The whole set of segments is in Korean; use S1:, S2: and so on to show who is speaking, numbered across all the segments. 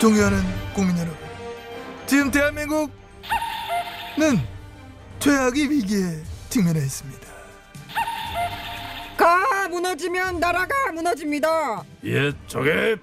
S1: 존경하는 국민 여러분 지금 대한민국은 최악의 위기에 직면해 있습니다
S2: 가 무너지면 나라가 무너집니다.
S3: 예, 저게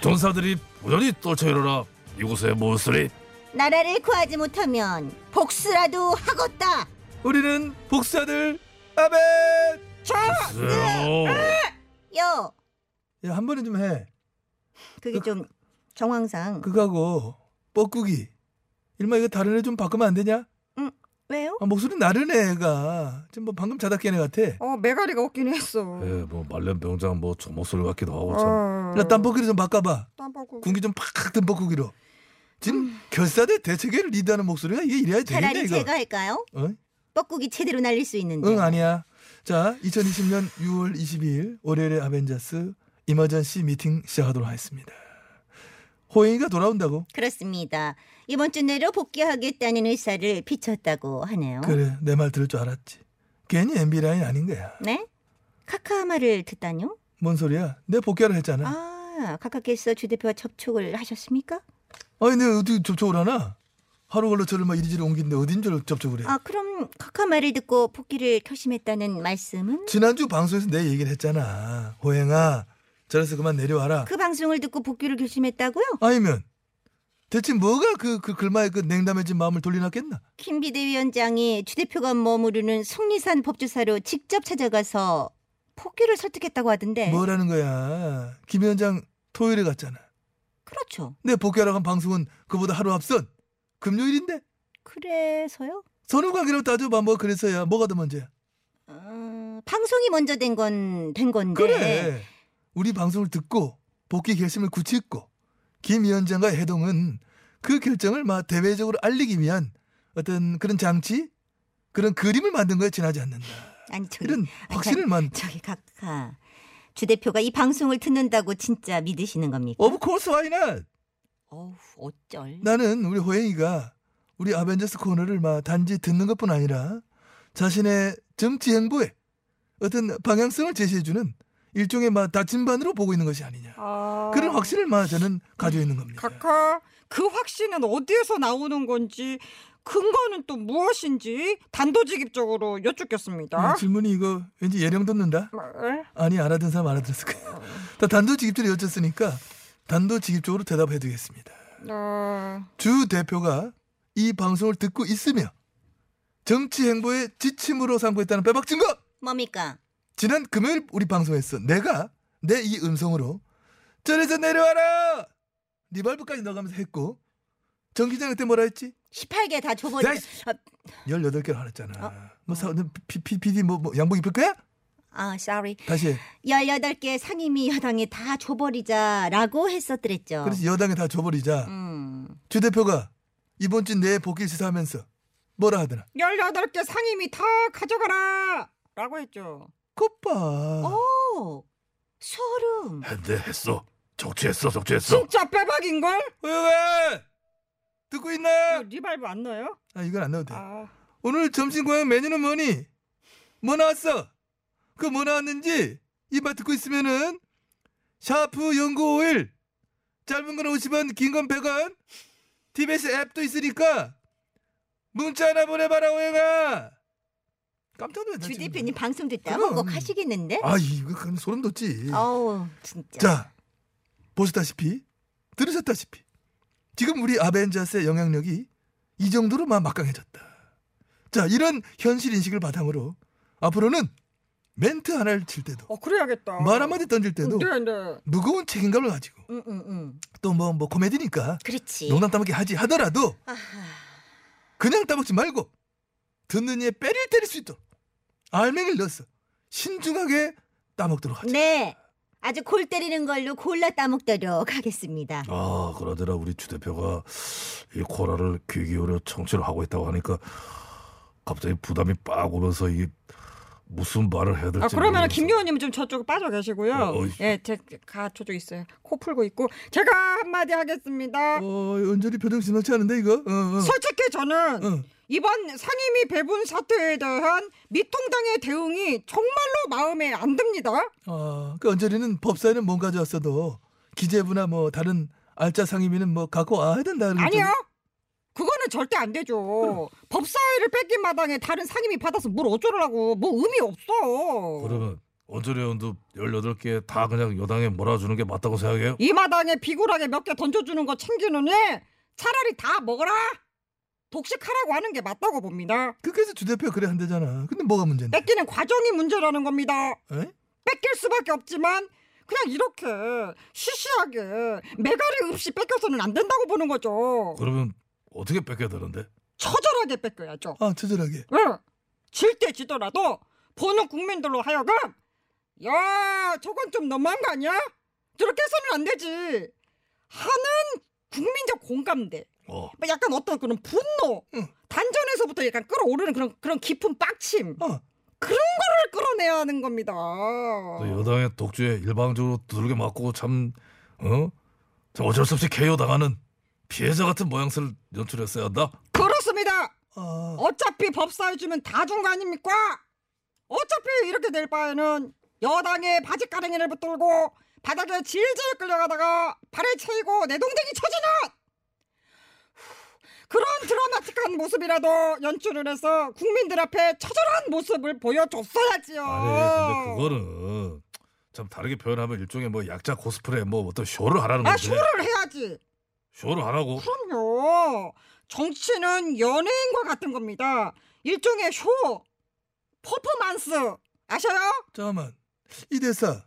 S3: 전사들이 부단히 떨쳐 일어나 이곳에 모였으니
S4: 나라를 구하지 못하면 복수라도 하겠다.
S1: 우리는 복사들 아멘
S3: 쓰요.
S4: 요
S1: 야, 한 번에 좀해
S4: 그게 좀 정황상
S1: 그거하고 뻐꾸기 일마 이거 다른 애 좀 바꾸면 안 되냐?
S4: 왜요?
S1: 아, 목소리 나르네 애가 지금 뭐 방금 자다 깬애 같아
S2: 어 메가리가 없긴 했어.
S3: 예, 뭐 말년 병장 뭐저 목소리 같기도 하고 참.
S2: 어.
S1: 야, 땀뻐꾸기 좀 바꿔봐
S2: 땀바꾸.
S1: 군기 좀 팍 든 뻐꾸기로 지금
S2: 음.
S1: 결사대 대책회를 리드하는 목소리가 이게 이래야 되겠냐
S4: 차라리
S1: 이거
S4: 제가 할까요?
S1: 어?
S4: 뻐꾸기 제대로 날릴 수 있는데.
S1: 응 아니야. 자, 2020년 6월 22일 월요일에 아벤자스 이머전시 미팅 시작하도록 하겠습니다. 호영이가 돌아온다고?
S4: 그렇습니다. 이번 주 내로 복귀하겠다는 의사를 비쳤다고 하네요.
S1: 그래, 내 말 들을 줄 알았지. 괜히 MB 라인 아닌 거야.
S4: 네? 카카 말을 듣다뇨?
S1: 뭔 소리야? 내 복귀를 했잖아.
S4: 아, 카카께서 주 대표와 접촉을 하셨습니까?
S1: 아니, 내가 어떻게 접촉을 하나? 하루 걸러 저를 막 이리저리 옮기는데 어딘 줄 접촉을 해?
S4: 아, 그럼 카카 말을 듣고 복귀를 결심했다는 말씀은?
S1: 지난주 방송에서 내 얘기를 했잖아. 호영아, 저래서 그만 내려와라.
S4: 그 방송을 듣고 복귀를 결심했다고요?
S1: 아니면 대체 뭐가 그, 그 글마의 그 냉담해진 마음을 돌려놨겠나?
S4: 김 비대위원장이 주 대표가 머무르는 속리산 법주사로 직접 찾아가서 복귀를 설득했다고 하던데.
S1: 뭐라는 거야? 김 위원장 토요일에 갔잖아.
S4: 그렇죠.
S1: 내 복귀하러 간 방송은 그보다 하루 앞선 금요일인데
S4: 그래서요?
S1: 선후 관계로 따져봐 뭐 그래서야 뭐가 더 먼저야?
S4: 어, 방송이 먼저 된 건 된 건데.
S1: 그래 우리 방송을 듣고 복귀 결심을 굳히고 김 위원장과 해동은 그 결정을 막 대외적으로 알리기 위한 어떤 그런 장치 그런 그림을 만든 거에 지나지 않는다.
S4: 아니 저기
S1: 이런
S4: 아니,
S1: 확신을만
S4: 저- 저기 각하 주 대표가 이 방송을 듣는다고 진짜 믿으시는 겁니까?
S1: 오브 코스 와이낫
S4: 어우 어쩔.
S1: 나는 우리 호영이가 우리 아벤져스 코너를 막 단지 듣는 것뿐 아니라 자신의 정치 행보에 어떤 방향성을 제시해주는 일종의 막 다침반으로 보고 있는 것이 아니냐
S2: 아.
S1: 그런 확신을 막 저는 가지고 있는 겁니다.
S2: 카카 그 확신은 어디에서 나오는 건지 근거는 또 무엇인지 단도직입적으로 여쭙겠습니다.
S1: 음, 질문이 이거 왠지 예령 돋는다.
S2: 네.
S1: 아니 알아듣는 사람 알아들었을 거야. 다 단도직입적으로 여쭙으니까 단도직입적으로 대답해드리겠습니다.
S2: 어,
S1: 주 대표가 이 방송을 듣고 있으며 정치 행보에 지침으로 삼고 있다는 빼박 증거.
S4: 뭡니까?
S1: 지난 금요일 우리 방송에서 내가 내 이 음성으로 절에서 내려와라 리발브까지 넣어가면서 했고 정 기자 그때 뭐라 했지?
S4: 18개 다 줘버려.
S1: 야,
S4: 아,
S1: 18개를 하랬잖아
S4: 어?
S1: 뭐 사, 피, 피, PD 뭐, 뭐 양복 입을 거야?
S4: 아, sorry.
S1: 다시 해
S4: 18개 상임위 여당에 다 줘버리자라고 했었더랬죠.
S1: 그래서 여당에 다 줘버리자
S4: 음.
S1: 주 대표가 이번 주 내에 복귀를 시사하면서 뭐라 하더라
S2: 18개 상임이 다 가져가라! 라고 했죠.
S1: 콧봐
S4: 어? 오 소름.
S3: 했네 했어. 적취했어 적취했어.
S2: 진짜 빼박인걸?
S1: 호영아 듣고
S2: 이거
S1: 있나?
S2: 리발브 안 넣어요?
S1: 아 이건 안 넣어도 돼
S2: 아,
S1: 오늘 점심 고양 메뉴는 뭐니? 뭐 나왔어? 그 뭐 나왔는지 이말 듣고 있으면은 샤프 연구 5일 짧은 건 50원 긴 건 100원 TBS 앱도 있으니까 문자 하나 보내봐라 오영아 깜짝 놀랐다
S4: 주
S1: 지금.
S4: 대표님 방송 듣다
S1: 그럼.
S4: 먹고 가시겠는데?
S1: 아 이거 그냥 소름 돋지
S4: 어우 진짜.
S1: 자 보셨다시피 들으셨다시피 지금 우리 아벤자스의 영향력이 이 정도로 막 막강해졌다. 자 이런 현실 인식을 바탕으로 앞으로는 멘트 하나를 칠 때도
S2: 어 그래야겠다.
S1: 말 한마디 던질 때도
S2: 네, 네.
S1: 무거운 책임감을 가지고
S4: 음, 음, 음.
S1: 또 뭐 뭐 코미디니까
S4: 그렇지.
S1: 농담 따먹기 하지 하더라도
S4: 아하.
S1: 그냥 따먹지 말고 듣는 이에 빼를 때릴 수 있도록 알맹이를 넣어서 신중하게 따먹도록 하자.
S4: 네. 아주 골 때리는 걸로 골라 따먹도록 하겠습니다.
S3: 아 그러더라 우리 주 대표가 이 코라를 귀 기울여 청취를 하고 있다고 하니까 갑자기 부담이 빡 오면서 이 무슨 말을 해야 될지
S2: 아, 그러면
S3: 모르겠어.
S2: 김요원님은좀 저쪽에 빠져 계시고요.
S3: 그렇죠. 어, 어이.
S2: 예, 제가 저쪽 있어요. 코 풀고 있고 제가 한마디 하겠습니다.
S1: 어, 은절이 표정신 넣지 않은데 이거? 어, 어.
S2: 솔직히 저는
S1: 어.
S2: 이번 상임위 배분 사태에 대한 미통당의 대응이 정말로 마음에 안 듭니다.
S1: 아, 그 언저리는 법사에는 못 가져왔어도 기재부나 뭐 다른 알짜 상임위는 뭐 갖고 와야 된다는 거죠.
S2: 아니요. 그거는 절대 안 되죠. 법사위를 뺏긴 마당에 다른 상임위 받아서 뭘 어쩌라고. 뭐 의미 없어.
S3: 그러면 원철이 의원도 18개 다 그냥 여당에 몰아주는 게 맞다고 생각해요?
S2: 이 마당에 비굴하게 몇 개 던져주는 거 챙기는 애 차라리 다 먹어라. 독식하라고 하는 게 맞다고 봅니다.
S1: 그래서 주 대표 그래 한대잖아. 근데 뭐가 문제인데?
S2: 뺏기는 과정이 문제라는 겁니다.
S1: 에?
S2: 뺏길 수밖에 없지만 그냥 이렇게 시시하게 매갈이 없이 뺏겨서는 안 된다고 보는 거죠.
S3: 그러면 어떻게 뺏겨야 되는데?
S2: 처절하게 뺏겨야죠.
S1: 아, 처절하게.
S2: 응. 질때 지더라도 보는 국민들로 하여금 야 저건 좀 너무한 거 아니야? 저렇게 해서는 안 되지 하는 국민적 공감대
S3: 어.
S2: 뭐 약간 어떤 그런 분노
S1: 응.
S2: 단전에서부터 약간 끌어오르는 그런 그런 깊은 빡침
S1: 어.
S2: 그런 거를 끌어내야 하는 겁니다 어.
S3: 또 여당의 독주에 일방적으로 두들겨 맞고 참 어? 참 어쩔 수 없이 KO 당하는 피해자 같은 모양새를 연출했어야 한다.
S2: 그렇습니다
S1: 아,
S2: 어차피 법사위 주면 다 준 거 아닙니까? 어차피 이렇게 될 바에는 여당의 바지 가랭이를 붙들고 바닥에 질질 끌려가다가 발에 채이고 내동댕이 쳐지는 그런 드라마틱한 모습이라도 연출을 해서 국민들 앞에 처절한 모습을 보여줬어야지요.
S3: 아니 네, 근데 그거는 참 다르게 표현하면 일종의 뭐 약자 코스프레 뭐 어떤 쇼를 하라는
S2: 아
S3: 건데
S2: 쇼를 해야지.
S3: 쇼를 하라고
S2: 그럼요. 정치는 연예인과 같은 겁니다. 일종의 쇼, 퍼포먼스 아셔요?
S1: 잠깐만. 이 대사.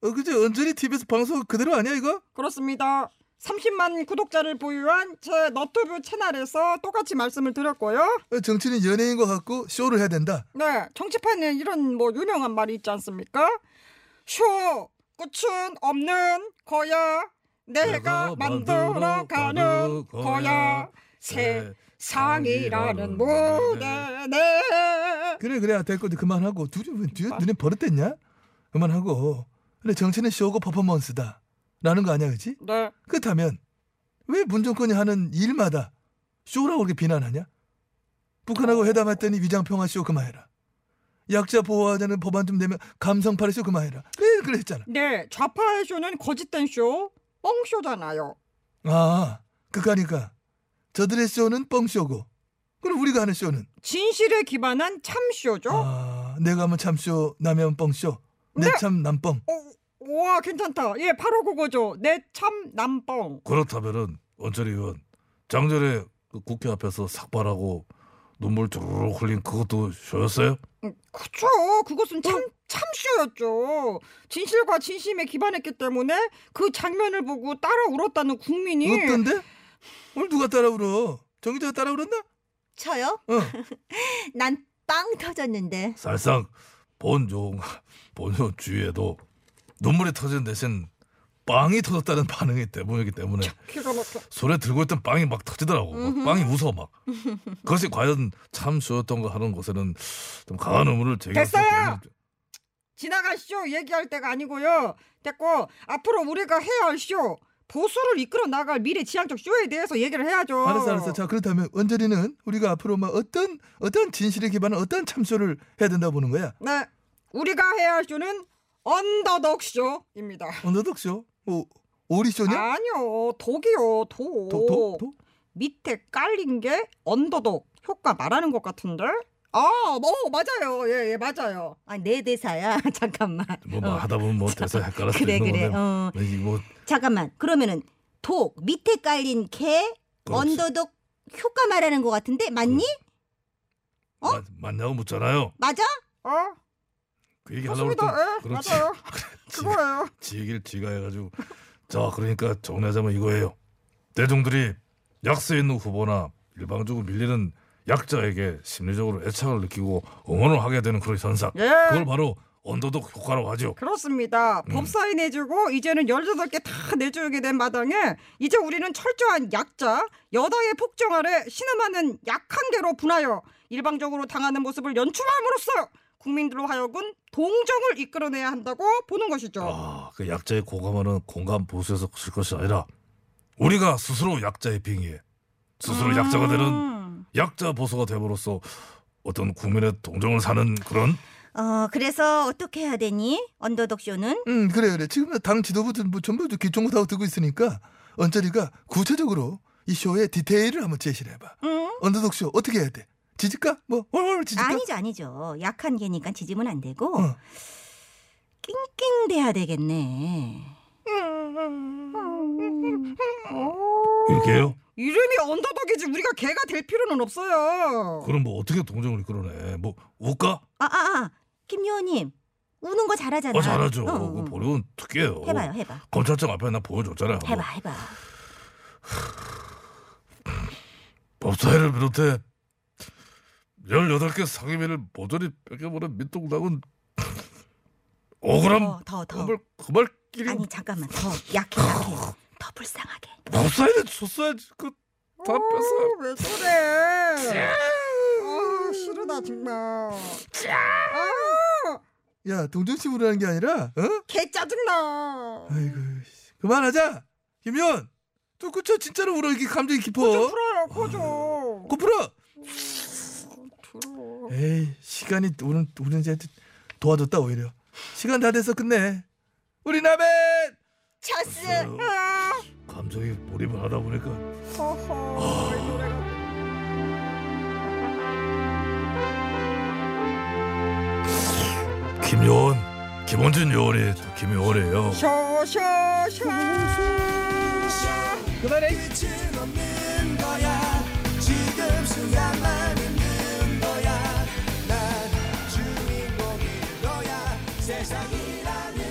S1: 어, 그제 언저리 TV에서 방송 그대로 아니야, 이거?
S2: 그렇습니다. 30만 구독자를 보유한 제 너튜브 채널에서 똑같이 말씀을 드렸고요.
S1: 어, 정치는 연예인 것 같고 쇼를 해야 된다.
S2: 네, 정치판에 이런 뭐 유명한 말이 있지 않습니까? 쇼, 끝은 없는 거야. 내가
S3: 내가
S2: 만들어 가는
S3: 만들어가는
S2: 거야.
S3: 거야. 네. 세상이라는
S2: 세상이라는 네. 무대 내.
S1: 그래, 그래. 아, 됐고, 이제 그만하고. 둘이 왜 뒤에 눈에 버릇됐냐? 그만하고. 그래, 정치는 쇼고 퍼포먼스다. 라는 거 아니야, 그지?
S2: 네,
S1: 그렇다면 왜 문정권이 하는 일마다 쇼라고 그렇게 비난하냐? 북한하고 회담했더니 위장평화 쇼 그만해라. 약자 보호하자는 법안 좀 내면 감성파리 쇼 그만해라. 그래 그랬잖아.
S2: 네, 좌파의 쇼는 거짓된 쇼, 뻥쇼잖아요.
S1: 아 그까니까 저들의 쇼는 뻥쇼고 그럼 우리가 하는 쇼는
S2: 진실에 기반한 참쇼죠.
S1: 아 내가 하면 참쇼 남이 하면 뻥쇼
S2: 네.
S1: 내 참 남뻥
S2: 오, 와 괜찮다. 예, 바로 그거죠. 내 참 남뻥.
S3: 그렇다면은 원철이 의원 장전에 그 국회 앞에서 삭발하고 눈물 주르륵 흘린 그것도 쇼였어요?
S2: 음, 그쵸. 그것은 참 참쇼였죠. 진실과 진심에 기반했기 때문에 그 장면을 보고 따라 울었다는
S4: 예.
S2: 국민이
S1: 없던데 오늘 누가 따라 울어 정기자가 따라 울었나?
S4: 저요?
S1: 어.
S4: 난 빵 터졌는데.
S3: 사실상 본종 본종 주위에도 눈물이 터진 대신 빵이 터졌다는 반응이 대부분이기 때문에
S2: 기가 막혀.
S3: 손에 들고 있던 빵이 막 터지더라고 막 빵이 웃어 막 그것이 과연 참 쇼였던가 하는 것에는 좀 강한 의문을 제기했을
S2: 됐어요! 지나간 쇼 얘기할 때가 아니고요. 됐고 앞으로 우리가 해야 할 쇼 보수를 이끌어 나갈 미래지향적 쇼에 대해서 얘기를 해야죠.
S1: 알았어 알았어 자 그렇다면 원절이는 우리가 앞으로 막 어떤 어떤 진실에 기반한 어떤 참쇼를 해야 된다고 보는 거야
S2: 네, 우리가 해야 할 쇼는 언더독 쇼입니다.
S1: 언더독쇼? 오, 오리쇼냐?
S2: 아니요, 독이요,
S1: 도,
S2: 독.
S1: 도, 도?
S2: 밑에 깔린 게 언더독 효과 말하는 것 같은데? 아, 뭐 맞아요. 예, 예, 맞아요.
S4: 아, 내 대사야. 잠깐만.
S3: 뭐, 뭐
S4: 어.
S3: 하다 보면 뭐 대사 헷갈릴 수
S4: 그래
S3: 있는
S4: 그래.
S3: 건데 뭐,
S4: 어.
S3: 이게 뭐
S4: 잠깐만. 그러면은 독 밑에 깔린 개
S3: 그렇지.
S4: 언더독 효과 말하는 것 같은데 맞니? 어?
S3: 맞- 맞냐고 묻잖아요
S4: 맞아?
S2: 어,
S3: 그 얘기 하려고
S2: 맞습니다. 예,
S3: 그렇지
S2: 맞아요. 그거예요.
S3: 지 얘기를 지가 해가지고 자 그러니까 정리하자면 이거예요 대중들이 약세 있는 후보나 일방적으로 밀리는 약자에게 심리적으로 애착을 느끼고 응원을 하게 되는 그런 현상
S2: 예.
S3: 그걸 뭐- 음. 바로 언더독 효과라고 하죠.
S2: 그렇습니다. 법사위 내주고 이제는 18개 다 내주게 된 마당에 이제 우리는 철저한 약자, 여당의 폭정 아래 신음하는 약한 개로 분하여 일방적으로 당하는 모습을 연출함으로써 국민들로 하여금 동정을 이끌어내야 한다고 보는 것이죠.
S3: 아, 그 약자의 공감하는 공감 보수에서 그칠 것이 아니라 우리가 스스로 약자의 빙의해 스스로 약자가 되는
S2: 음.
S3: 약자 보수가 됨으로써 어떤 국민의 동정을 사는 그런
S4: 어, 그래서 어떻게 해야 되니? 언더독 쇼는?
S1: 음 그래 그래 지금 당 지도부들 뭐 전부 기총고사하고 듣고 있으니까 언저리가 구체적으로 이 쇼의 디테일을 한번 제시를 해봐
S4: 응.
S1: 언더독 쇼 어떻게 해야 돼 지질까 뭐 헐헐 지질까
S4: 아니죠, 아니죠. 약한 개니까 지지면 안 되고
S1: 어.
S4: 낑낑대야 되겠네.
S3: 이렇게요?
S2: 이름이 언더독이지 우리가 개가 될 필요는 없어요.
S3: 그럼 뭐 어떻게 동정을 이끌어내? 뭐 웃까?
S4: 아, 아, 아, 김 의원님 우는 거 잘하잖아.
S3: 어 잘하죠.
S4: 어, 어.
S3: 그 보려는 특기예요.
S4: 해봐요, 해봐,
S3: 검찰청 앞에 나 보여줬잖아요.
S4: 해봐, 해봐.
S3: 법사위를 비롯해 18개 상임위를 모조리 뺏겨버린 민통당은 억울함
S4: 더, 어, 더, 더.
S3: 어, 그말 그말끼리
S4: 아니 잠깐만, 더 약해, 약해, 더 불쌍하게.
S3: 법사위는 줬어야지
S4: 아.
S3: 그다 뺏어.
S2: 왜 저래? 아 싫으다 정말.
S1: 야 동정심으로 하는 게 아니라 어
S2: 개 짜증나.
S1: 아이고 씨. 그만하자 김현 또 그쳐 진짜로 울어 이게 감정이
S2: 좀
S1: 깊어
S2: 풀어요 코좀.
S1: 코 풀어
S2: 들어.
S1: 에이 시간이 우는 우는 이제 도와줬다 오히려 시간 다 돼서 끝내 우리 남의
S4: 쳤스.
S2: 아,
S3: 감정이 몰입을 하다 보니까
S2: 어, 허허. 이 노래가
S3: 김요원 김원준 요원이 김요원이에요.
S2: 쇼쇼쇼.
S1: 그만해
S5: 주인공인 거야 세상이라는